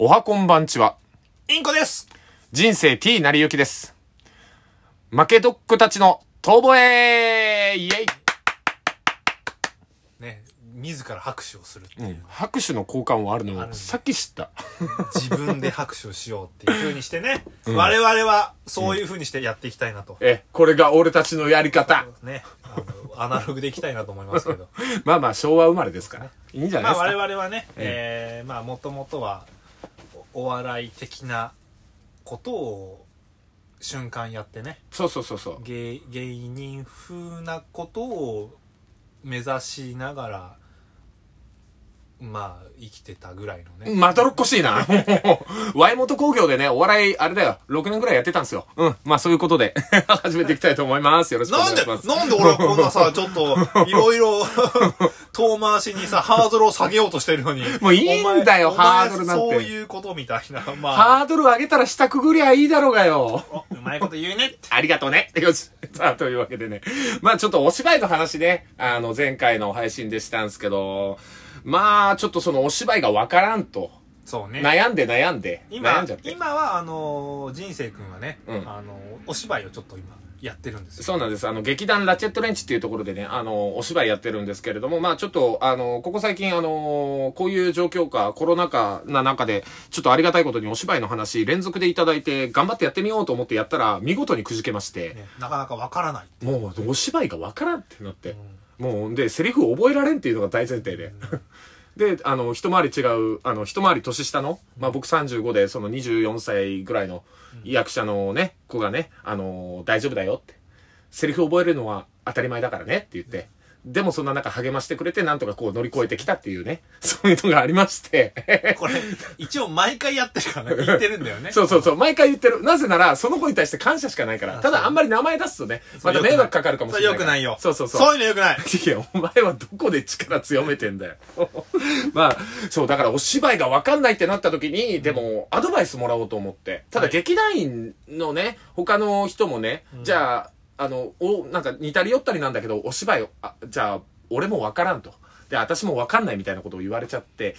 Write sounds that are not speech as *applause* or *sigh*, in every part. おはこんばんちは。インコです人生 T なりゆきです。負けドックたちの遠吠えイェイ、ね、自ら拍手をするっていう、拍手の交換はあるのあるをねさっき知った。自分で拍手をしようっていう風にしてね、我々はそういう風にしてやっていきたいなと。え、これが俺たちのやり方。ね、あのアナログでいきたいなと思いますけ *laughs* ど。まあまあ昭和生まれですから。いいんじゃまないであすか。我々はね、えーまあもともとはおお笑い的なことを瞬間やってね、そうそうそうそう。芸芸人風なことを目指しながら、まあ生きてたぐらいのね。まどろっこしいな。 *laughs* もうワイモト工業でね、お笑い、あれだよ、6年くらいやってたんですよ。うん。まあそういうことで、 *laughs* 始めていきたいと思います。よろしくお願ないんで、します。なんで俺はこんなさ、ちょっと、いろい *laughs* ろ、遠回しにさ、ハードルを下げようとしてるのに。もういいんだよお前ハードルなんてお前そういうことみたいな。まあ、ハードル上げたら下くぐりゃいいだろうがよ。おうまいこと言うねって。ありがとうね。 *laughs* よし。さあ、というわけでね。まあちょっとお芝居の話ね、あの、前回の配信でしたんですけど、まあちょっとそのお芝居がわからんと、そうね。悩んで悩んで、悩今んじゃっ、て。今は、あのー、人生くんはね、うんあのー、お芝居をちょっと今、やってるんですよ。そうなんです。あの、劇団ラチェットレンチっていうところでね、あの、お芝居やってるんですけれども、まあちょっと、あの、ここ最近、あの、こういう状況下、コロナ禍な中で、ちょっとありがたいことにお芝居の話連続でいただいて、頑張ってやってみようと思ってやったら、見事にくじけまして、ねなかなかわからない。もう、お芝居がわからんってなってう、んもう、で、セリフ覚えられんっていうのが大前提で。 *laughs* で、あの、一回り違う、あの、一回り年下の、まあ、僕35で、その24歳ぐらいの役者のね、子がね、あの、大丈夫だよって。セリフ覚えるのは当たり前だからねって言って。でもそんな中励ましてくれて、なんとかこう乗り越えてきたっていうね、そういうのがありまして。 *laughs* これ、一応毎回やってるからね、言ってるんだよね。そうそうそう、毎回言ってる。なぜなら、その子に対して感謝しかないから。あたそだうあんまり名前出すとね、またそれ良くな迷い惑かかるかもしれないかそれ良ら。くないよそうそうそう。そういうのよくない。 *laughs* いや、お前はどこで力強めてんだよ。 *laughs* まあ、そう、だからお芝居がわかんないってなった時に、でも、アドバイスもらおうと思って。ただ、はい劇団員のね、他の人もね、んじゃあ、あの、お、なんか似たり寄ったりなんだけど、お芝居を、あじゃあ、俺もわからんと。で、私もわかんないみたいなことを言われちゃって、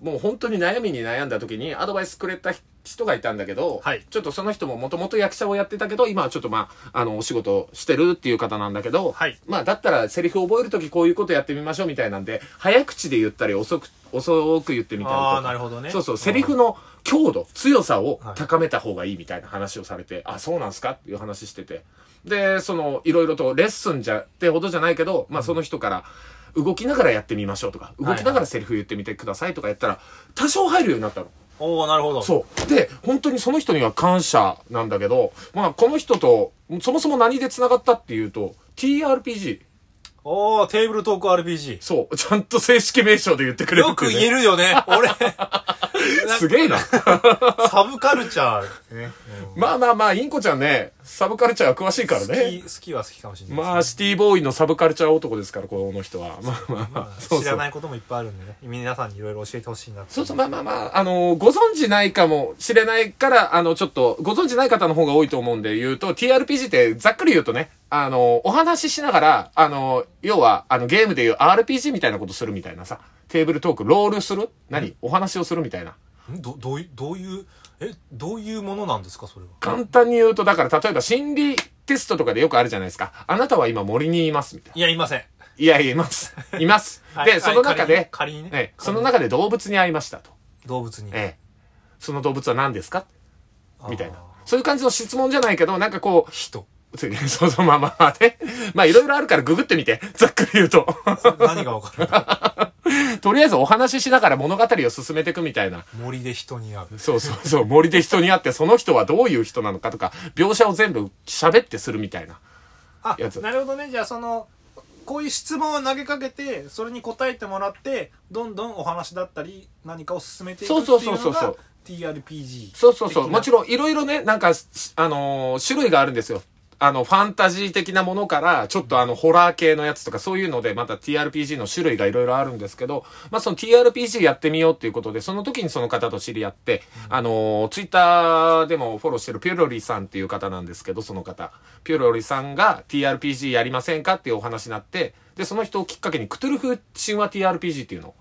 もう本当に悩みに悩んだ時にアドバイスくれた人がいたんだけど、はいちょっとその人ももともと役者をやってたけど、今はちょっとまあ、あの、お仕事してるっていう方なんだけど、はいまあ、だったらセリフ覚えるときこういうことやってみましょうみたいなんで、早口で言ったり遅く、遅く言ってみたりとか。あーなるほどねそうそうう、んセリフの強度、強さを高めた方がいいみたいな話をされて、あ、そうなんすかっていう話してて。で、その、いろいろとレッスンじゃ、ってほどじゃないけど、まあその人から、動きながらやってみましょうとか、動きながらセリフ言ってみてくださいとかやったら、多少入るようになったの。おおなるほど。そう。で、本当にその人には感謝なんだけど、まあこの人と、そもそも何で繋がったっていうと、TRPG。おおテーブルトーク RPG。そう。 *laughs* ちゃんと正式名称で言ってくれるよっていくうね言えるよね。俺、すげえな。サブカルチャー、ね。まあまあまあ、インコちゃんね、サブカルチャーは詳しいから好ね。き、好きは好きかもしれないですね。まあ、シティボーイのサブカルチャー男ですから、この人は。まあまあまあ、そうそう。知らないこともいっぱいあるんでね。皆さんにいろいろ教えてほしいなってそうそう、まあまあまあ、あのーご存知ないかもしれないから、あの、ちょっと、ご存知ない方の方が多いと思うんで言うと、TRPG ってざっくり言うとね、あのーお話ししながら、あのー要は、あの、ゲームで言う RPG みたいなことするみたいなさ、テーブルトーク、ロールする何、お話をするみたいな。んど、どういう、どういう、え、どういうものなんですか、それは。簡単に言うと、だから、例えば心理テストとかでよくあるじゃないですか。あなたは今森にいます、みたいな。いや、いません。いや、います。います。はいはで、いその中で、仮に仮にねええ仮そにの中で動物に会いましたと。動物に。ええその動物は何ですかみたいなあ。そういう感じの質問じゃないけど、なんかこうー。、人。そう *laughs* そう、まあまあね。まあいろいろあるからググってみて。ざっくり言うと。 *laughs* 何がわかるかとりあえずお話ししながら物語を進めていくみたいな。森で人に会う。そうそうそう。森で人に会って、その人はどういう人なのかとか、描写を全部喋ってするみたいな。あやつ、なるほどね。じゃあ、その、こういう質問を投げかけて、それに答えてもらって、どんどんお話だったり、何かを進めていくってそういそううそのうそうが、TRPG。そうそうそう。的なもちろん、いろいろね、なんか、しあのー種類があるんですよ。あの、ファンタジー的なものから、ちょっとあの、ホラー系のやつとか、そういうので、また TRPG の種類がいろいろあるんですけど、まあ、その TRPG やってみようっていうことで、その時にその方と知り合って、あのー、ツイッターでもフォローしてるピュロリさんっていう方なんですけど、その方。ピュロリさんが TRPG やりませんかっていうお話になって、で、その人をきっかけに、クトゥルフ神話 TRPG っていうのを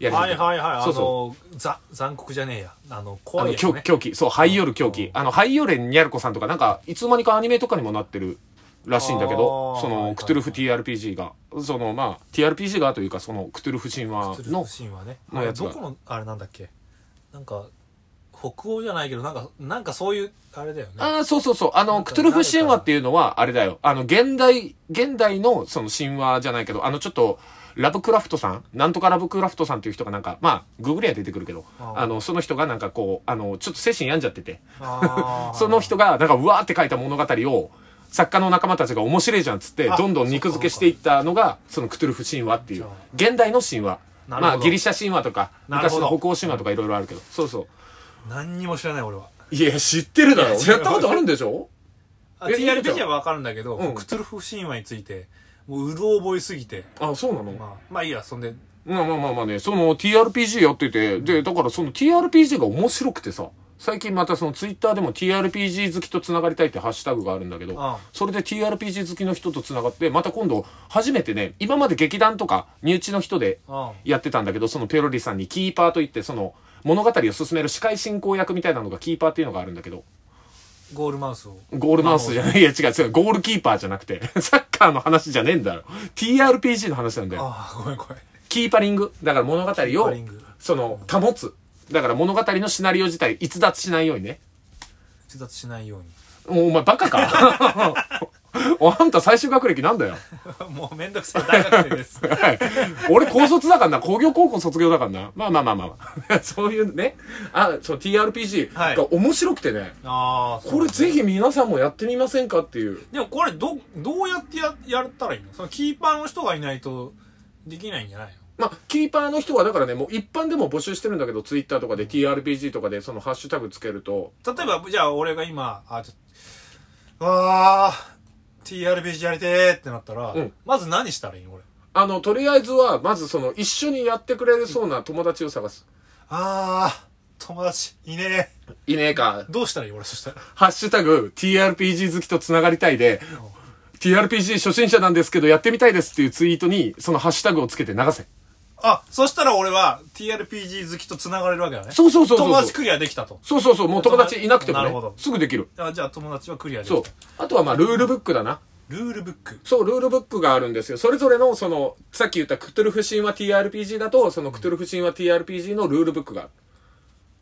やり方はいはいはい。そうそあの、ざ残酷じゃねえや。あの、あ怖いのやつ狂ね。狂気そうハイヨル狂気あのハイヨレンニャルコさんとかなんかいつの間にかアニメとかにもなってるらしいんだけどあーそはいはいはのいクトゥルフ TRPG がそのまあ TRPG がというかそのクトゥルフ神話鶴ののシーンはね。のやつがどこの、あれなんだっけ。なんか、北欧じゃないけど、なんか、なんかそういう、あれだよね。ああ、そうそうそう。あなの、んかクトゥルフ神話っていうのは、あれだよ。あの、現代、現代のその神話じゃないけど、あの、ちょっと、ラブクラフトさんなんとかラブクラフトさんっていう人がなんか、まあ、グーグルや出てくるけど、ああーの、その人がなんかこう、あの、ちょっと精神病んじゃってて、あー *laughs* その人が、なんか、うわーって書いた物語を、作家の仲間たちが面白いじゃんっつって、あどんどん肉付けしていったのが、そのクトゥルフ神話っていじうゃあ、現代の神話。なるほまどあ、ギリシャ神話とか、なる昔ほどの北欧神話とかいろいろあるけど、そうそう。何にも知らない俺は。いや、知ってるだろ。いや違うやったことあるんでしょあえ TRPG はわかるんだけど、うんクトゥルフ神話について、もううろ覚えすぎて、あ、そうなのまあ、まあいいや、そんで、まあまあまあまあね、その TRPG やってて、で、だからその TRPG が面白くてさ、最近またその Twitter でも TRPG 好きと繋がりたいってハッシュタグがあるんだけど、ああそれで TRPG 好きの人と繋がって、また今度初めてね、今まで劇団とか身内の人であやってたんだけど、そのペロリさんにキーパーといって、その物語を進める司会進行役みたいなのがキーパーっていうのがあるんだけど、ゴールマウスを。ゴールマウスじゃない、いや違う違う、ゴールキーパーじゃなくて、 *laughs* サッカーの話じゃねえんだよ。TRPG の話なんだよ。ああ、ごめんごめん。キーパリング。だから物語キーパをリング、その、保つ。だから物語のシナリオ自体、逸脱しないようにね。自殺しないように。おお前バカか *laughs* おあんた最終学歴なんだよ。 *laughs* *laughs* もうめんどくさい大学生です。はい俺高卒だからな。工業高校卒業だからな。まあまあまあまあ *laughs* まあ。そういうね。あ、そう、TRPG はいが面白くてね。ああ、そうこれぜひ皆さんもやってみませんかっていう。でもこれど、どうやってや、やったらいいのそのキーパーの人がいないとできないんじゃないのまあ、キーパーの人はだからね、もう一般でも募集してるんだけど、Twitter とかで TRPG とかでそのハッシュタグつけると、例えば、じゃあ俺が今、あ、ちょっと、わあ、TRPG やりてーってなったら、うんまず何したらいいの俺。あの、とりあえずは、まずその、一緒にやってくれるそうな友達を探す。ああ、友達いねえ。いねえか。どうしたらいい俺、そしたら。ハッシュタグ、TRPG 好きと繋がりたいで、TRPG 初心者なんですけど、やってみたいですっていうツイートに、そのハッシュタグをつけて流せ。あ、そしたら俺は TRPG 好きと繋がれるわけだね。そうそうそうそう友達クリアできたと。そうそうそう、もう友達いなくてもなるほねど、すぐできる。あじゃあ友達はクリアできた。そう。あとはまあ、ルールブックだな。ルールブック。そう、ルールブックがあるんですよ。それぞれの、その、さっき言ったクトゥルフ神話 TRPG だと、そのクトゥルフ神話 TRPG のルールブックがある。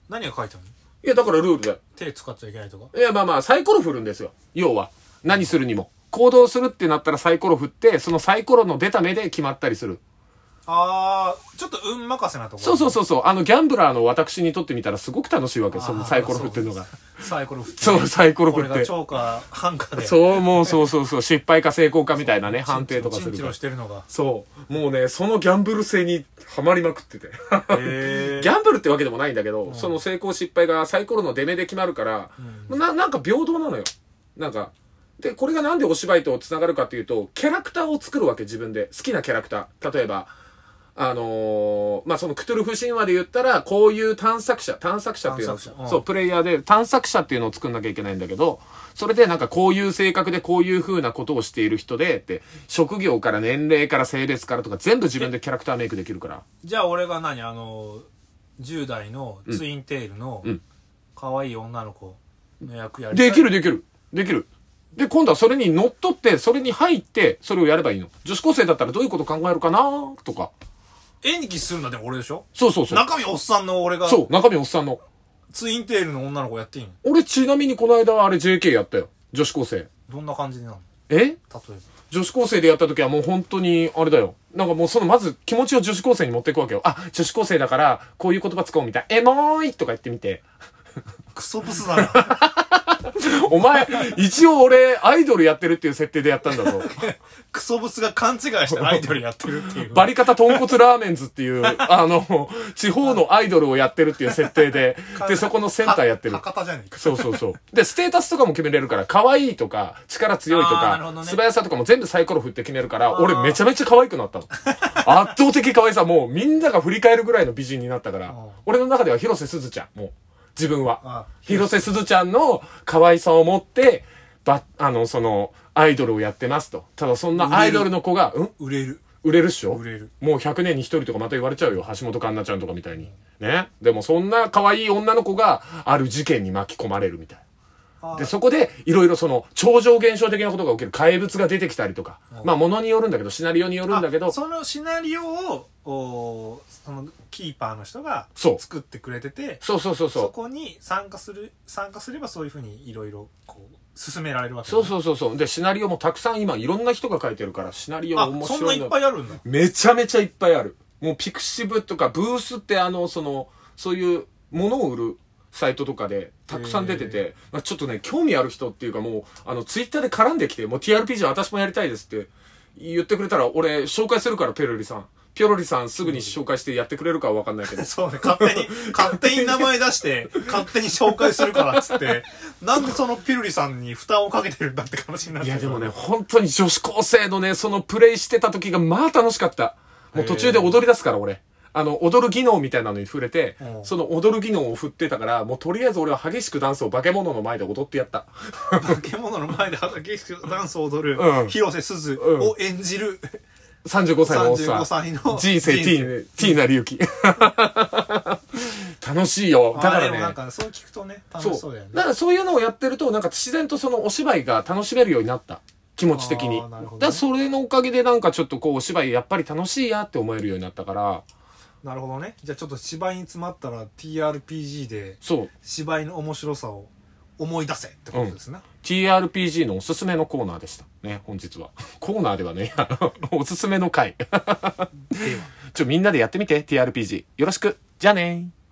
何が書いてあるのいや、だからルールだよ。手使っちゃいけないとか。いや、まあまあ、サイコロ振るんですよ。要は。何するにも。行動するってなったらサイコロ振って、そのサイコロの出た目で決まったりする。あー、ちょっと運任せなところ。そうそうそうそう。あの、ギャンブラーの私にとってみたらすごく楽しいわけ。あーそのサイコロ振ってるのが。。サイコロ振って。そう、サイコロこ振れっがて。超か半かで。う。そう、もうそうそうそう。失敗か成功かみたいなね、判定とかすチンるチかロら。し。てるのがそう。もうね、そのギャンブル性にはまりまくってて。へギャンブルってわけでもないんだけど、その成功失敗がサイコロの出目で決まるから、な、なんか平等なのよ。なんか。で、これがなんでお芝居と繋がるかっていうと、キャラクターを作るわけ、自分で。好きなキャラクター。例えば、あのーまあ、そのクトゥルフ神話で言ったら、こういう探索者、探索者っていうの、探索者うんそう、プレイヤーで探索者っていうのを作んなきゃいけないんだけど、それでなんかこういう性格でこういう風なことをしている人で、って、職業から年齢から性別からとか全部自分でキャラクターメイクできるから。じゃあ俺が何あの、10代のツインテールのん、可愛い女の子の役やりたいできるできる。できる。で、今度はそれに乗っ取って、それに入って、それをやればいいの。女子高生だったらどういうこと考えるかなとか。演技するのはでも俺でしょそうそうそう。中身おっさんの俺がそう、中身おっさんの。ツインテールの女の子やっていいの俺ちなみにこの間あれ JK やったよ。女子高生。どんな感じになるのえ例え女子高生でやった時はもう本当に、あれだよ。なんかもうそのまず気持ちを女子高生に持っていくわけよ。あ、女子高生だから、こういう言葉使おうみたい。エモーいとか言ってみて。ばクソブスだなお前、一応俺、アイドルやってるっていう設定でやったんだぞ。クソブスが勘違いしてアイドルやってるっていうバリカタ豚骨ラーメンズっ *laughs* ていう、あの、地方のアイドルをやってるっていう設定で、で、そこのセンターやってるは。博多じゃねえかそうそうそう。で、ステータスとかも決めれるから、可愛いとか、力強いとあーなるほか、どね素早さとかも全部サイコロ振って決めるから、ー俺めちゃめちゃ可愛くなった *laughs* の。圧倒的可愛さ、もうみんなが振り返るぐらいの美人になったからん、俺の中では広瀬すずちゃん、もう、自分はあ。広瀬すずちゃんの可愛さを持って、ば、あの、その、アイドルをやってますと。ただそんなアイドルの子が、うん売れる売れるっしょ売れるもう100年に一人とかまた言われちゃうよ。橋本環奈ちゃんとかみたいに。ね。でもそんな可愛い女の子がある事件に巻き込まれるみたい。あで、そこで、いろいろその、超常現象的なことが起きる怪物が出てきたりとか、まあ、ものによるんだけど、シナリオによるんだけどあ、そのシナリオをおーそのキーパーの人がそう作ってくれててそうそうそうそう。こに参加する参加すればそういうふうにいろいろこう進められるわけそうそうそうそう。で、シナリオもたくさん今、いろんな人が書いてるから、シナリオあ面そんな白いいっの。ぱいあるんだめちゃめちゃいっぱいある。もう、ピクシブとか、ブースってあの、その、そういう、ものを売る。サイトとかでたくさん出てて、まあ、ちょっとね、興味ある人っていうかもう、あの、ツイッターで絡んできて、もう TRPG 私もやりたいですって言ってくれたら、俺、紹介するから、ペロリさん。ピョロリさんすぐに紹介してやってくれるかはわかんないけど、そうね、勝手に、勝手に名前出して、勝手に紹介するからっつって、なんでそのピルリさんに負担をかけてるんだって話になっいてやでもね、本当に女子高生のね、そのプレイしてた時がまあ楽しかった。もう途中で踊り出すから、俺。あの、踊る技能みたいなのに触れてう、んその踊る技能を振ってたから、もうとりあえず俺は激しくダンスを化け物の前で踊ってやった。化け物の前で激しくダンスを踊る、うん広瀬すずうんを演じる、 35歳のおっさ35ん。歳の人生人 T 生、 T なりゆき。 *laughs* 楽しいよ。だかあーでもならんね。かそう聞くとね、楽そうしそうだよね。だからそういうのをやってると、なんか自然とそのお芝居が楽しめるようになった。気持ち的に。あーなるほどねだからそれのおかげでなんかちょっとこうお芝居やっぱり楽しいやって思えるようになったから、なるほどね。じゃあちょっと芝居に詰まったら TRPG でそう。芝居の面白さを思い出せってことですね。 TRPG のおすすめのコーナーでした。ね、本日は。 *laughs* コーナーではね、あのおすすめの回。では *laughs* ちょ、みんなでやってみて、TRPG。よろしく。じゃあねー。